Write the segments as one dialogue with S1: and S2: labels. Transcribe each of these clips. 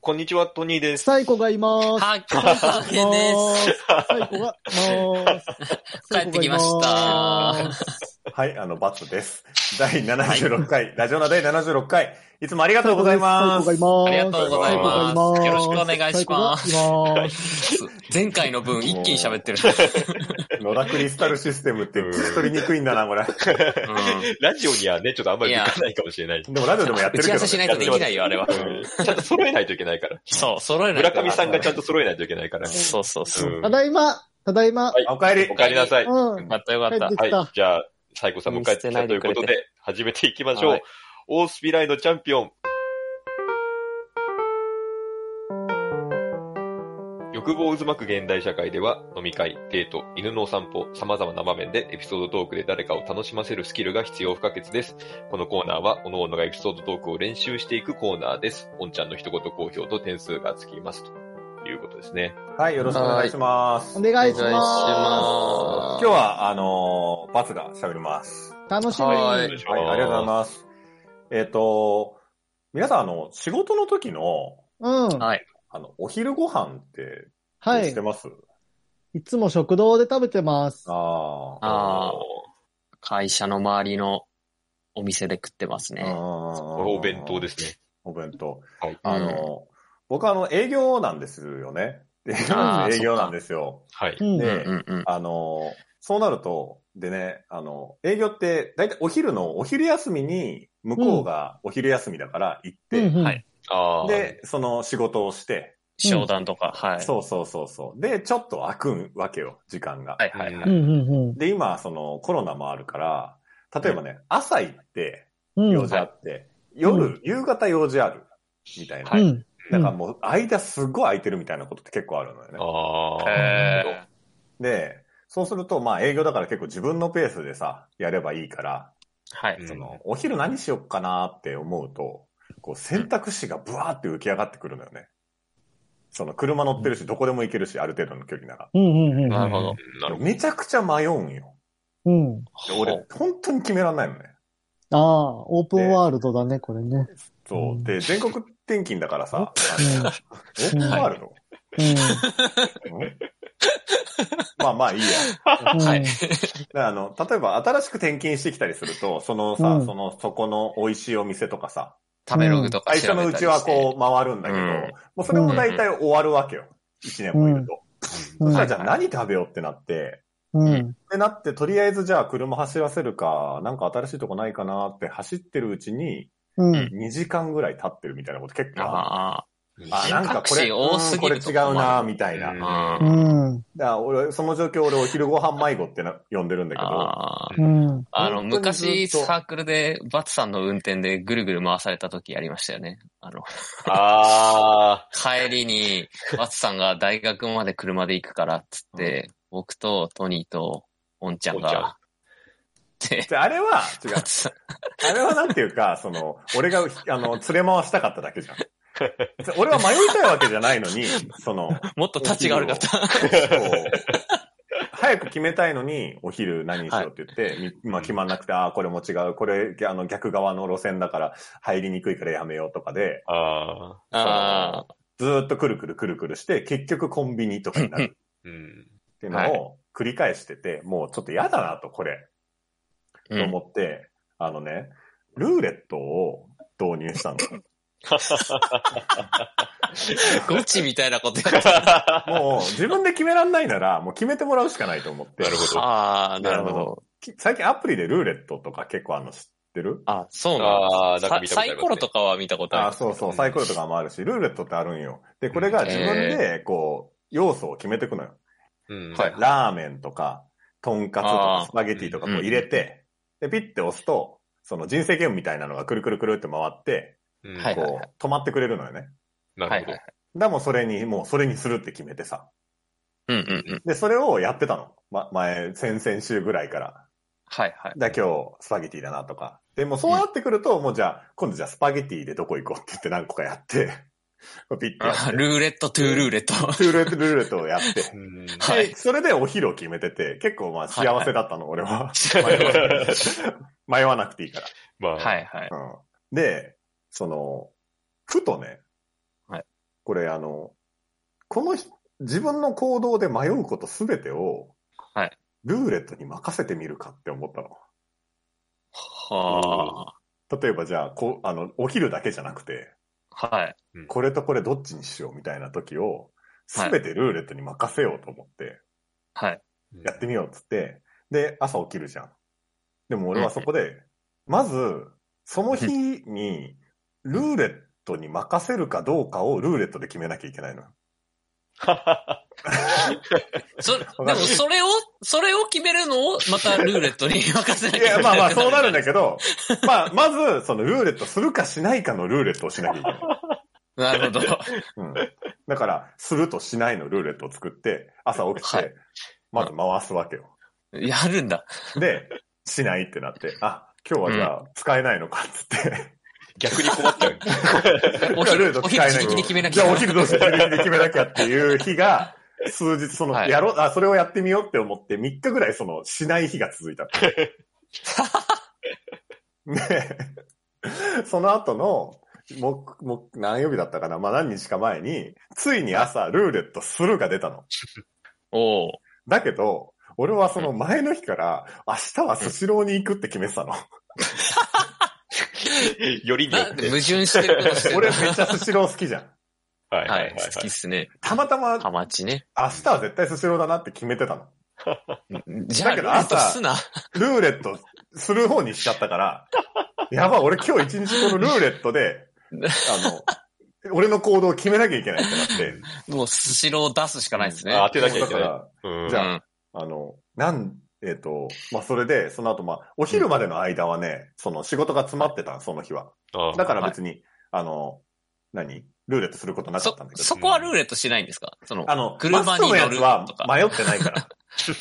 S1: こんにちは、トニー です。
S2: サイコがいます。
S3: はい、こんにちは
S2: いま。
S3: です
S2: サイコがいます。
S3: す。帰ってきました。
S4: はい、あの、バ ツです。第76回、ラジオの第76回、いつもありがとうございま
S2: サ
S4: す
S2: イ。コが
S3: あり
S2: い
S3: が
S2: ます。
S3: とうございます。よろしくお願いします。前回の分一気に喋ってる。
S4: 野田クリスタルシステムって打ち取りにくいんだな、これ。
S3: う
S1: ラジオにはね、ちょっとあんまり行かないかもしれない。
S4: でもラジオでもやって
S3: ん打ち合わ
S4: るけど、ね。
S3: せしないとできないよ、あれは。
S1: うんちゃんと揃えないといけ ないから。
S3: そう、揃えない
S1: 村
S3: と。
S1: 上さんがちゃんと揃えないといけないから。
S3: そうそうそう。
S1: うん
S2: ただいま、ただいま。
S1: はい
S4: あお帰り
S1: お。帰りなさい。は
S2: うん。
S3: まったよかった。
S2: 帰ってきた
S1: い。じゃあ、サイコさんも帰ってきたということ
S3: 見捨てないでくれ
S1: で、始めていきましょ
S3: は
S1: う
S3: い。
S1: オースピライのチャンピオン。欲望渦巻く現代社会では、飲み会、デート、犬のお散歩、様々な場面でエピソードトークで誰かを楽しませるスキルが必要不可欠です。このコーナーは、各々がエピソードトークを練習していくコーナーです。おんちゃんの一言好評と点数がつきます。ということですね。
S4: はい、よろしくお願いします。
S2: お
S4: 今
S2: 願い
S3: お願い
S2: し
S3: し
S2: ま
S3: ま
S4: 日は、あのーバツが喋ります。
S2: す。楽しみ。
S3: は
S2: はい
S3: い。
S4: はい、ありがとうございます。えっ、と、皆さん、あの、仕事の時の、
S2: うん
S3: す。。はい。
S4: あの、お昼ご飯って、
S2: は
S4: して
S2: い。
S4: ます
S2: いつも食堂で食べてます。
S4: ああ。。
S3: あー会社の周りのお店で食ってますね。
S1: これお弁当ですすね。
S4: お弁当。
S1: はい。
S4: あの、僕はあの、営業なんですよね。
S3: あー
S4: 営業なんですよ。
S1: はい。
S2: うん。
S3: うん
S4: で
S3: うんうん。
S4: あの、そうなると、でね、あの、営業って、だいたいお昼の、お昼休みに、向こうがお昼休みだから行って、
S2: うんうん
S3: はい
S1: あー、
S4: で、その仕事をして、
S3: 商談とか、はい。
S4: そうそうそうそう。で、ちょっと空くんわけよ、時間が。
S3: はいはいは
S2: うん
S3: い。
S2: うん
S4: で、今、そのコロナもあるから、例えばね、朝行って、
S2: うん。う
S4: 用
S2: ん
S4: 事あって、夜、夕方用事ある、みたいな。
S1: は
S2: う
S1: い
S2: ん。
S4: だからもう、間すごい空いてるみたいなことって結構あるのよね。
S1: ああ。
S3: へー
S4: で、そうすると、まあ営業だから結構自分のペースでさ、やればいいから、
S3: はい。
S4: その、お昼何しよっかなって思うと、こう選択肢がブワーって浮き上がってくるのよね。その、車乗ってるし、どこでも行けるし、ある程度の距離なら。
S2: うんうんうん。
S3: なるほど。
S1: うんなるほ
S4: めちゃくちゃ迷うんよ。
S2: うん。
S4: で俺、本当に決めらんないのね。
S2: ああ、オープンワールドだね、これね。
S4: そうう。
S2: ん
S4: で、全国転勤だからさ、
S2: うん
S4: あの、オープンワールド
S2: う
S4: まあまあいいや。
S2: ん。
S3: はい
S4: であの、例えば新しく転勤してきたりすると、そのさ、
S2: うん
S4: その、そこの美味しいお店とかさ、
S3: 食べログとか
S4: 最
S3: 調べた
S4: 初の
S3: り
S4: う
S3: して。
S4: ちはこう回るんだけど、
S3: うん
S4: もうそれも大体終わるわけよ。一年もいると。
S2: うん
S4: そしたらじゃあ何食べようってなって、
S2: うん。
S4: ってなって、とりあえずじゃあ車走らせるか、なんか新しいとこないかなって走ってるうちに、
S2: うん。
S4: 2時間ぐらい経ってるみたいなこと結構ある。
S3: あ
S4: あ、なんかこれ、
S3: 選択肢多すぎる
S4: うん
S3: と
S4: こ
S3: 困る
S4: れ違うな、みたいな。
S1: う
S4: だ
S1: ん
S4: か
S3: あ。
S2: う
S3: うん
S2: ん。
S4: ら俺、その状況俺お昼ご飯迷子ってな呼んでるんだけど、
S3: あー
S2: うん。
S3: あの、
S4: 本当にずっと
S3: 昔、サークルで、バツさんの運転でぐるぐる回された時ありましたよね。あの、
S1: ど。あ
S3: 帰りに、バツさんが大学まで車で行くから、っつって、僕とトニーと、おんちゃん
S1: おんちゃん
S3: が、で、
S4: であれは、違う
S3: バ。ツさん、
S4: あれはなんていうか、 その、俺が、あの、連れ回したかっただけじゃん。俺は迷いたいわけじゃないのに、その、
S3: もっと立ちが悪かった。
S4: 早く決めたいのに、お昼何にしようって言って、みまあ決まんなくて、ああ、これも違う、これ、あの、逆側の路線だから、入りにくいからやめようとかで、
S1: あ。ああ。
S3: ああ、
S4: ずーっとくるくるくるくるして、結局コンビニとかになる
S1: うん。
S4: っていうのを繰り返してて、もうちょっと嫌だなと、これ、
S3: う
S4: と
S3: ん
S4: 思って、あのね、ルーレットを導入したの。
S3: ゴチみたいなことやっ
S4: もう自分で決めらんないなら、もう決めてもらうしかないと思って。
S1: なるほど
S3: た。ああ、なるほど。
S4: き最近アプリでルーレットとか結構あるの知ってる
S3: あそう
S1: あ
S3: な
S1: あ
S3: ん
S1: なんか見
S3: だ。
S1: た
S3: サ
S1: ことありますね
S3: イコロとかは見たことあ
S4: あ
S3: る。
S4: そうそう、サイコロとかもあるし、ルーレットってあるんよ。で、これが自分で、こう、要素を決めてくのよ。
S1: うん。
S3: はい
S4: ラーメンとか、とんかつと
S3: あ
S4: か
S3: ー、
S4: スパゲティとかこう入れて、で、ピッて押すと、その人生ゲームみたいなのがくるくるくるって回って、
S1: うん
S3: はい
S4: こう、止まってくれるのよね。
S1: なるほ
S3: は
S1: ど
S3: い。
S4: だもうそれに、もうそれにするって決めてさ。
S3: うんうんうん。
S4: で、それをやってたの。ま、前、先々週ぐらいから。
S3: はいはい。
S4: だ今日、スパゲティだなとか。でもそうなってくると、もうじゃあ、今度じゃあスパゲティでどこ行こうって言って何個かやって、 ピッてや
S3: あ
S4: って、ル
S3: ルーレットトゥールーレット。
S4: ーレット、ルーレットをやって。
S1: うん
S3: はい
S4: でそれでお昼を決めてて、結構まあ幸せだったの、俺は。 迷わなくていいか
S1: まあ、
S3: はいはい。
S4: ら。うん、で、その、ふとね、
S3: はい
S4: これあの、このひ自分の行動で迷うことすべてを、
S3: はい
S4: ルーレットに任せてみるかって思ったの。
S3: は
S4: 例えばじゃあ、こう、あの、起きるだけじゃなくて、
S3: あ。はい。
S4: これとこれどっちにしようみたいな時を、
S3: は
S4: す
S3: い
S4: べてルーレットに任せようと思って、
S3: はい。
S4: やってみようっつって、で、朝起きるじゃん。でも俺はそこで、まず、その日に、ルーレットに任せるかどうかをルーレットで決めなきゃいけないの。
S3: そ、でもそれを、それを決めるのをまたルーレットに任せなきゃ
S4: いや、まあまあ、そうなるんだ
S3: け
S4: けど、 まあ、まず、そのルーレットするかしないかのルーレットをしなきゃいけない。
S3: ど。なるほど。
S4: うん。だから、するとしないのルーレットを作って、朝起き
S3: は
S4: て、まず回すわけよ。
S3: やるんだ。
S4: で、しないってなって、あ、今日はじゃあ使えないのかっつって、
S1: 逆に困っちゃう。
S3: お
S4: いや
S3: 昼
S4: ルーレッ、ト
S3: お
S4: 使
S3: 昼
S4: えない
S3: 自力で決めなき
S4: じ
S3: ゃい
S4: ゃ
S3: け
S4: あお
S3: ない。
S4: 昼どうして自力で決めなきゃっていう 日が、数日、その、
S3: はい
S4: やろう、あ、それをやってみようって思って、3日ぐらいその、しない日が続 いた。ねその後の、もう、もう、何曜日だったかなまあ何日か前に、ついに朝、ルーレットするが出たの。
S3: おう
S4: だけど、俺はその前の日から、明日はスシローに行くって決めてたの。
S1: よりによ
S3: な
S1: っ
S3: 矛
S1: て。
S3: 盾してることしてる。
S4: 俺めっちゃスシロー好きじゃん。
S1: は
S3: はい。好きっすね。
S4: たまたま、明
S3: ハマチね。
S4: 日は絶対スシローだなって決めてたの。
S3: じゃあ、
S4: だけ
S3: ル
S4: ど
S3: ーレット
S4: 朝
S3: すな。
S4: ルーレットする方にしちゃったから、やばい、俺今日一日このルーレットで、あの、俺の行動を決めなきゃいけないってなって。
S3: もう、スシローを出すしかないですね。
S1: あ当てなきゃいけ
S4: だ
S1: ない。
S4: から、
S1: うん
S4: じゃ
S3: う
S4: あ
S3: ん
S4: あの、なん、えっ、と、まあ、それで、その後、まあ、お昼までの間はね、その仕事が詰まってたのその日は。
S1: あ
S4: だから別に、あの、何ルーレットすることなかっ
S3: そ
S4: たんだ、けど。
S1: う
S3: そこはルーレットしないんですかその、
S4: あの、マ
S3: 車に
S4: ストのやつは
S3: 乗るとか
S4: 迷ってないから。
S3: あ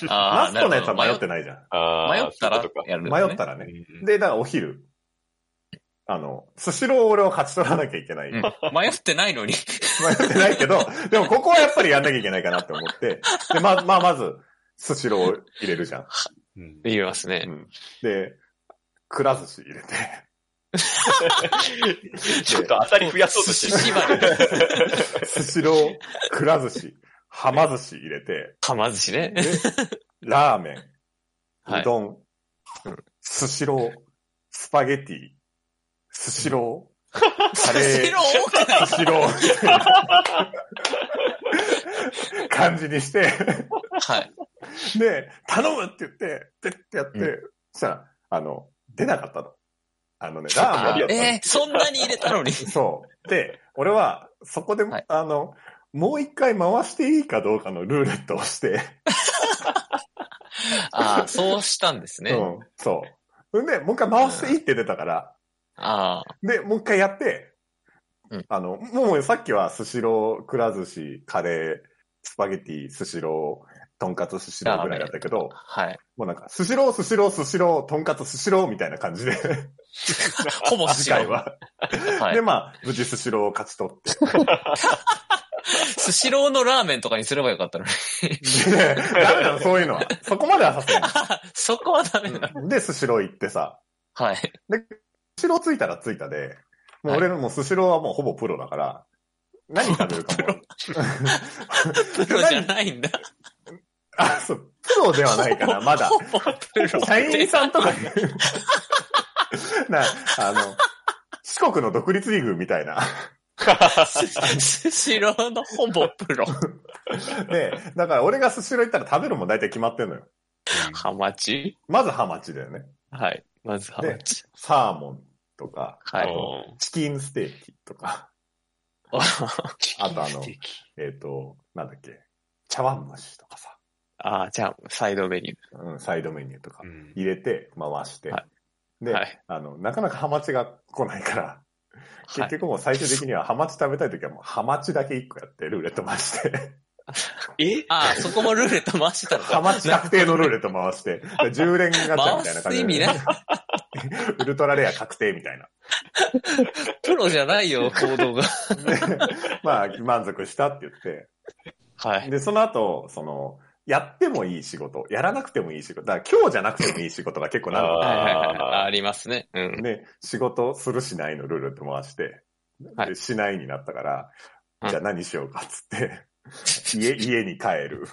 S4: マ
S3: ー
S4: ストのやつは迷っ
S3: なる
S4: てないじゃん。
S1: あ
S3: ほ
S1: ー
S3: ど迷ったら
S1: そういうことか
S3: やるんですね。
S4: 迷ったらね。
S1: うん
S4: で、だからお昼。あの、スシローを俺は勝ち取らなきゃいけない。
S3: うん迷ってないのに。
S4: 迷ってないけど、でもここはやっぱりやんなきゃいけないかなって思って、で、ま、まあ、まず、スシローを入れるじゃん。
S1: うん
S3: 言いますね
S4: う。ん。で、くら寿司入れて、
S1: ちょっと当たり増やそうと
S3: 寿
S1: し
S3: 司
S1: てる。
S3: 縛り。
S4: スシロー、くら寿司、はま寿司入れて、
S3: はま寿司ね。
S4: で、ラーメ
S3: は
S4: ン、
S3: いう
S4: どん、スシロー、スパゲティ、スシロー、カ
S3: スシ
S4: レ
S3: ロー多くない
S4: ー、スシロー、みたいな感じにして、
S3: はい。
S4: で、頼むって言って、ペッてやって、
S3: う
S4: そしたら、あの、出なかったの。 あのね、ラーメンだったの
S3: えー、そんなに入れた のに。
S4: そう。で、俺は、そこで、
S3: はい
S4: あの、もう一回回していいかどうかのルーレットをして、
S3: ああ、そうしたんですね。
S4: うん、そう。んで、もう一回回していいって出たから、
S3: ああ、
S4: で、もう一回やって、
S3: うん
S4: あの、もうさっきは、スシロー、くら寿司、カレー、スパゲティ、スシロー、とんかつスシローぐらいだったけど、
S3: はい。
S4: もうなんか、スシロー、スシロー、スシロー、とんかつスシローみたいな感じで、
S3: ほぼ寿
S4: 次
S3: 司
S4: 回。は。
S3: は
S4: で、
S3: い。
S4: まあ、無事スシローを勝ち取って。
S3: スシローのラーメンとかにすればよかったのに。
S4: でダメなの、そういうのは。そこまではさせ
S3: そこはダメなの。
S4: ない。で、スシロー行ってさ、
S3: はい。
S4: スシロー着いたら着いたで、もう俺のもうスシローはもうほぼプロだから、何食べるか も。
S3: プロじゃないんだ。
S4: あ、そう、プロではないかな、まだ
S3: ほ。ぼプ ロで。
S4: 社員さんとかに な、あの、四国の独立リーグみたいな。
S3: スシローのほぼプロ。
S4: で、だから俺がスシロー行ったら食べるもん大体決まってんのよ。
S3: ハマチ
S4: まずハマチだよね。
S3: はい。まずハマチ。
S4: サーモンとか、
S3: は
S1: う
S3: い。
S1: ん
S4: チキンステーキとか、あとあの、えっ、と、なんだっけ、茶碗蒸しとかさ、
S3: ああ、じゃあ、サイドメニュ
S4: うん、サイドメニューとか
S1: うん
S4: 入れて回して、
S3: は
S4: で、
S3: はい
S4: あの、なかなかハマチが来ないから、
S3: ー。は
S4: 結局もう最終的にはハマチ食べたい時はもうハマチだけ1個やってルーレット回して、
S3: い。えああ、そこもルーレット回してたの
S4: ハ
S3: か。
S4: マチ確定のルーレット回して、10連ガチャ
S3: 回
S4: みたいな
S3: す
S4: 感じ
S3: 意
S4: で、
S3: 味ない。
S4: ウルトラレア確定みたいな。
S3: プロじゃないよ、行動が。
S4: でまあ、満足したって言って、
S3: はい。
S4: で、その後、その、やってもいい仕事、やらなくてもいい仕事、だから今日じゃなくてもいい仕事が結構な
S1: あ
S4: る
S1: ー
S3: はいはいはいはい。ありますね。うん。
S4: で、仕事するしないのルールって回して、
S3: は
S4: でしないになったから、
S3: うん
S4: じゃあ何しようかっつって、家、家に帰る。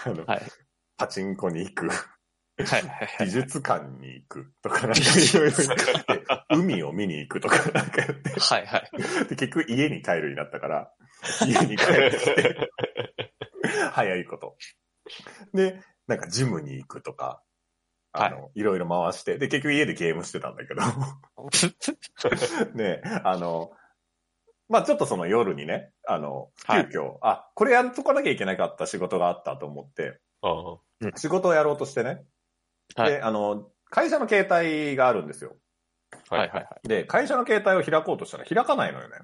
S4: あの、
S3: はい
S4: パチンコに行く。
S3: はいはい
S4: 美術館に行くとか、なんかいろいろ言って、海を見に行くとか、なんかやって、
S3: はいはい。
S4: で結局家に帰るになったから、家に帰ってき て、早いこと。で、なんかジムに行くとか、あの、いろいろ回して、で、結局家でゲームしてたんだけど、 ね、あの、まあちょっとその夜にね、あの、急
S3: はい
S4: 遽、あ、これやっとかなきゃいけなかった仕事があったと思って、
S1: ああ。
S4: 仕事をやろうとしてね、
S3: はい
S4: で、あの、会社の携帯があるんですよ。
S3: はいはいはい。
S4: で、会社の携帯を開こうとしたら開かないのよね。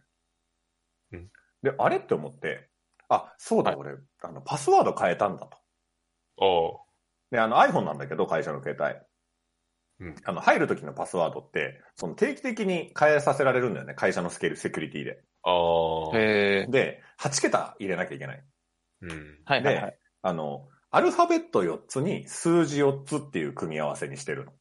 S1: うん
S4: で、あれって思って、あ、そうだ、
S3: はい
S4: 俺、あの、パスワード変えたんだと。
S1: ああ。
S4: で、あの iPhone なんだけど、会社の携帯。
S1: うん
S4: あの、入る時のパスワードって、その定期的に変えさせられるんだよね。会社のスケール、セキュリティで。
S1: ああ。
S3: へえ。
S4: で、8桁入れなきゃいけない。
S1: うん。
S3: はいはいはい
S4: で。、あの、アルファベット4つに数字4つっていう組み合わせにしてるの。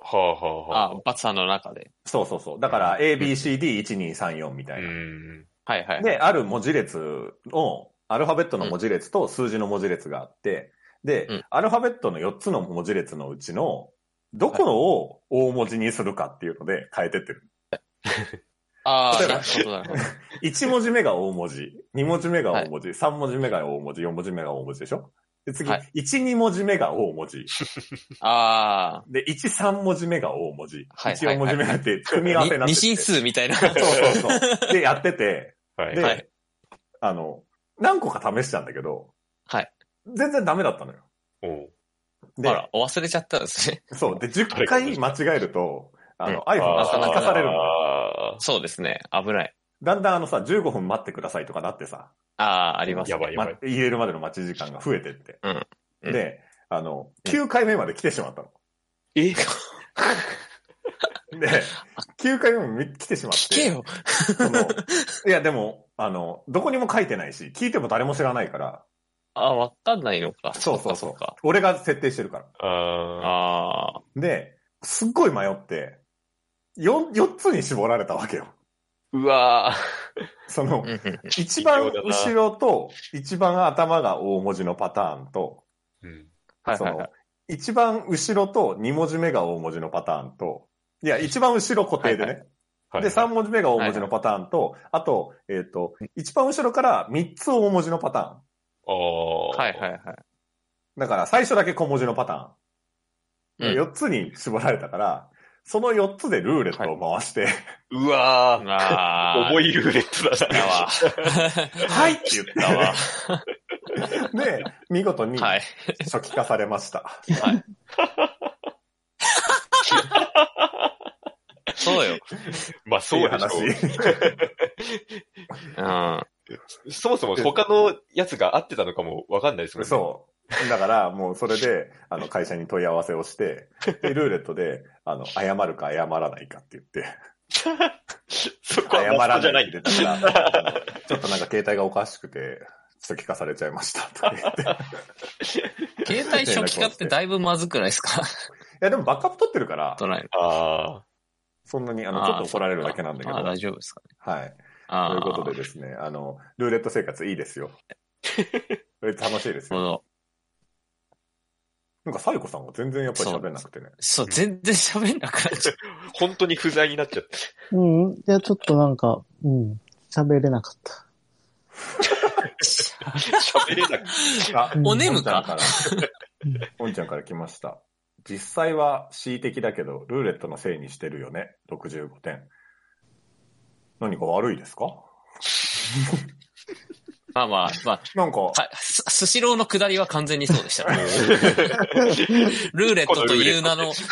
S1: はあはあはあ。
S3: あ、バツさんの中で。
S4: そうそうそう。だから、ABCD1234 みた
S1: う
S4: いな。
S1: ん。
S3: はいはい。
S4: で、ある文字列を、アルファベットの文字列と数字の文字列があって、で、
S3: うん
S4: アルファベットの4つの文字列のうちの、どこのを大文字にするかっていうので変えてってる。
S3: ああ、
S4: 例えば
S3: なるほどなるほど。
S4: 1文字目が大文字、2文字目が大文字、3文字目が大文字、4文字目が大文字でしょで、次、
S3: は
S4: 1、2文字目が大文字。
S3: あ
S4: で、1、3文字目が大文字。
S3: はい
S4: 1、4文字目がって組み合わせに
S3: あ。
S4: なっ
S3: 二
S4: てて。
S3: 進数みたいな。
S4: そうそうそう。で、やってて、
S1: はい。
S4: で、
S1: はい
S3: い
S4: あの、何個か試したんだけど、
S3: はい
S4: 全然ダメだったのよ。
S1: おう
S4: で
S3: あ、ら、お忘れちゃったんですね。
S4: そう、で、10回間違えると、あの、iPhone
S1: あ
S4: が
S1: あ
S4: さ泣かされるの。
S1: あ
S3: そうですね。危ない。
S4: だんだんあのさ、15分待ってくださいとかなってさ、
S3: ああ、ありま
S1: あ。
S3: す
S1: や。ばいや
S4: ま
S1: ばい。
S4: 入れるまでの待ち時間が増えてって。
S3: うんうん
S4: で、あの、
S3: うん
S4: 9回目まで来てしまったの。
S1: え
S4: で、9回目もみ来てしまって。
S3: 聞けよ。
S4: そのいや、でも、あの、どこにも書いてないし、聞いても誰も知らないから、
S3: あ、わかんないのか。
S4: そうそうそう
S3: っか。
S4: 俺が設定してるから。
S3: っか
S1: ああ。
S3: ああ。
S4: で、すっごい迷って、4、4つに絞られたわけよ。
S1: うわ
S4: その
S3: うん、うん
S4: 一番
S1: 微妙だな
S4: 後ろと、一番頭が大文字のパターンと、
S1: ーうん。
S3: はい
S4: そ
S3: はい
S4: の
S3: はい。、
S4: 一番後ろと二文字目が大文字のパターンと、いや、一番後ろ固定で
S3: はい
S4: ね。
S1: はい。
S4: で、三文字目が大文字のパターンと、あと、えっと、一番後ろから三つ大文字のパターン。
S1: ああ。
S3: はいはいはい。
S4: だから、最初だけ小文字のパターン。
S3: うん
S4: 四つに絞られたから、その四つでルーレットを回して、
S1: うわ
S3: あ
S1: あ。
S3: あ。
S1: 重いルーレットだ
S3: だ
S1: な。
S3: わ。
S4: はいって言っ
S3: だ わ。
S4: て、で、見事に
S3: はい。
S4: 初期化されました。
S3: そうよ。
S1: まあそうでしょ
S4: っていうう話。
S3: うん。
S1: そもそも他のやつが合ってたのかもわかんないですもんね。
S4: そう。だから、もうそれで、あの、会社に問い合わせをして、で、ルーレットで、あの、謝るか謝らないかって言って、
S1: そこ
S4: 謝
S1: はマスト
S4: ら
S1: じゃな
S4: な
S1: いい
S4: って。言ったから、あのちょっとなんか携帯がおかしくて、ちょっと聞かされちゃいました、とか言って。い
S3: 携帯初期化ってだいぶまずくないです か
S4: や、でもバックアップ取ってるから、
S3: トライ
S1: あ
S4: そんなに、あ
S3: あ
S4: の、
S3: ー
S4: ちょっと怒られるだけなんだけど、
S3: の。あ、
S4: は
S3: 大
S4: い。
S3: 丈夫ですかね。
S4: と
S3: あ
S4: い
S3: あ。
S4: うことでですね、あの、ルーレット生活いいですよ。楽しいです
S3: なるほ
S4: よ。
S3: ど。
S4: なんか、サイコさんが全然やっぱり喋んなくてね。
S3: そう、全然喋んなくなっちゃう。
S1: あ。本当に不在になっち ゃっ
S2: うん。いや、ちょっとなんか、うん。喋れなかった。
S1: た。喋れなくて。
S4: あ
S2: お
S3: ねむか
S4: おんちゃんからおんちゃんから来ました。実際は恣意的だけど、ルーレットのせいにしてるよね。65点。何か悪いですか
S3: まあまあ、まあ、
S4: なんか、
S3: はい、すスシローの下りは完全にそうでしたね。 ルーレットという名の、
S4: し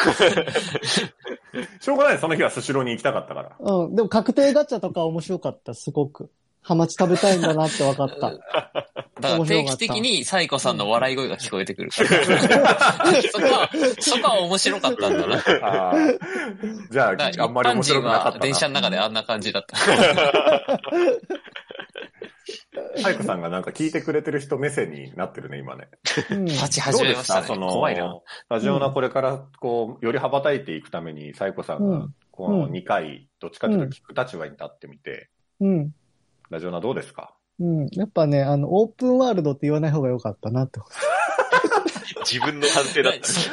S4: ょうがないその日はスシローに行きたかったから。
S2: うん。でも確定ガチャとか面白かった、すごく。ハマチ食べたいんだなって分かった。
S3: だから定期的にサイコさんの笑い声が聞こえてくる から。そこは、そこは面白かったんだな。
S4: あー じゃ
S3: だ
S4: あ、
S3: から
S4: あんまり面白くなかっ
S3: 一般人
S4: た
S3: は電車の
S4: な。
S3: 中であんな感じだった。
S4: サイコさんがなんか聞いてくれてる人目線になってるね、今ね。
S2: うん。
S3: 立ち始めました
S4: どうで
S3: ね。
S4: その
S3: 怖いな。。
S4: ラジオナこれから、こう、より羽ばたいていくために、サイコさん
S2: う
S4: が
S2: ん、
S4: こ
S2: う
S4: の
S2: ん
S4: 2回、どっちかというと聞く立場に立ってみて、
S2: うん。
S4: ラジオナどうですか
S2: うん。やっぱね、あの、オープンワールドって言わない方が良かったなって。
S1: 自分の反省だっ た。
S3: そ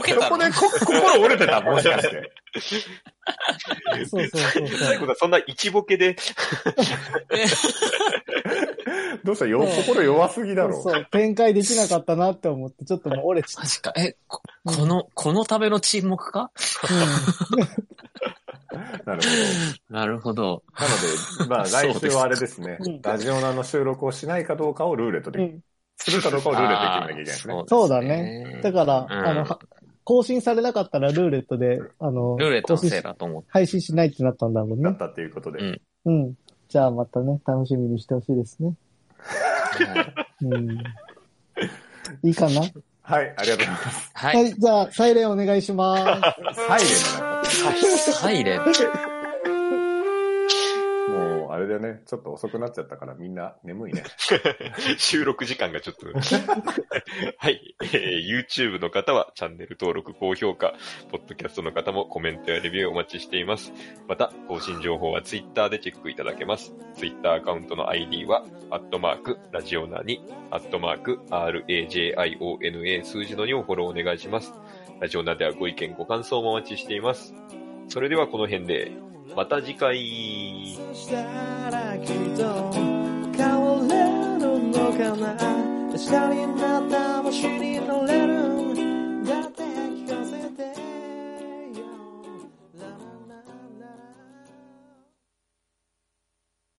S3: こでこけた
S4: そこ
S3: の
S4: でこ心折れてたもしかして。
S2: そうそうそうそ
S1: 最後がそんな一ボケで、
S4: どうしたよ、心弱すぎだ
S2: う。
S4: ろ。
S2: そう、展開できなかったなって思って、ちょっともう折れちゃっ
S3: 確か、え、ここの、このための沈黙か
S2: た。う
S4: なるほど。
S3: なるほど。
S4: なので、まあ来
S3: そう
S4: 週
S3: です
S4: はあれですね
S2: うん、
S4: ラジオナの収録をしないかどうかをルーレット
S2: んう
S4: で、
S2: ん。
S4: するかどうかをルーレットで決めなきゃいけないですね。
S2: そうだ
S3: ね
S2: だから、あの、は更新されなかったらルーレットで、あの、
S3: ルーレットの
S2: 更新
S3: せいだと思って。
S2: 配信しないってなったんだろう
S4: だ
S2: ね
S4: っ。たっていうことで。
S3: うん
S2: うん。じゃあまたね、楽しみにしてほしいですね。うん。いいかな
S4: はい、ありがとうございます。
S3: は。
S2: はいい、じゃあ、サイレンお願いします。
S4: サイレンだな
S3: サイレン。
S4: もう、あれだよね、ちょっと遅くなっちゃったからみんな眠いね。
S1: 収録時間がちょっと。 はい、えー YouTube の方はチャンネル登録、高評価、ポッドキャストの方もコメントやレビューお待ちしています。また、更新情報は Twitter でチェックいただけます。Twitter アカウントの ID は、アットマーク、ラジオナに、アットマーク、RAJIONA 数字の4フォローお願いします。ラジオナではご意見、ご感想もお待ちしています。それではこの辺で、また次回。
S5: そしたらきっと変われるのかな明日にまた星に乗れる